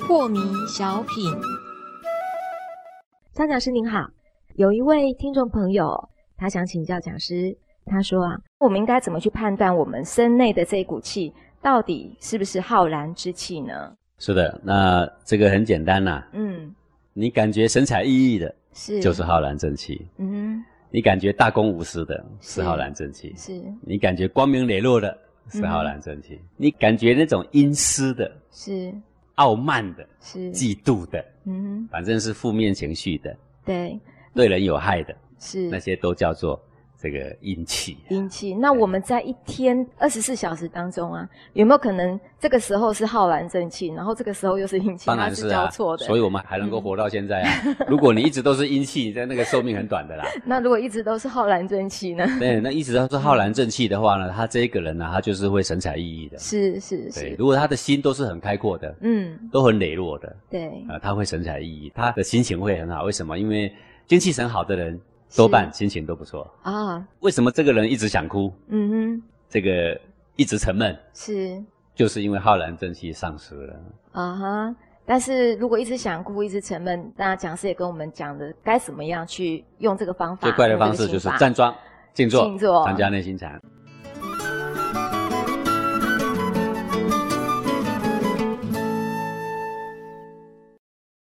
破迷小品，张讲师您好，有一位听众朋友，他想请教讲师，他说啊，我们应该怎么去判断我们身内的这一股气到底是不是浩然之气呢？是的，那这个很简单呐、嗯，你感觉神采奕奕的，是，就是，浩然正气；嗯你感觉大公无私的，是嗯是浩然正气哼，；是你感觉光明磊落的，是浩然正气；你感觉那种阴湿的、是傲慢的、是，嫉妒的，嗯哼，反正是负面情绪的、对，对人有害的，是那些都叫做这个阴气。阴气。那我们在一天二十四小时当中啊，有没有可能这个时候是浩然正气，然后这个时候又是阴气，当它然是是交啊，错的？嗯所以我们还能够活到现在啊。如果你一直都是阴气， 你在那个寿命很短的啦。那如果一直都是浩然正气呢？ 对，那一直都是浩然正气的话呢，他这一个人呢、他就是会神采奕奕的。是是对，是，如果他的心都是很开阔的，嗯，都很磊落的，对，啊、他会神采奕奕，他的心情会很好。为什么？因为精气神好的人多半心情都不错。啊，为什么这个人一直想哭，嗯哼，这个一直沉闷，是就是因为浩然正气丧失了。啊哈。但是如果一直想哭，一直沉闷，那讲师也跟我们讲的，该怎么样去用这个方法？最快的用这个方式就是心法站桩、静坐、静坐参加内心禅。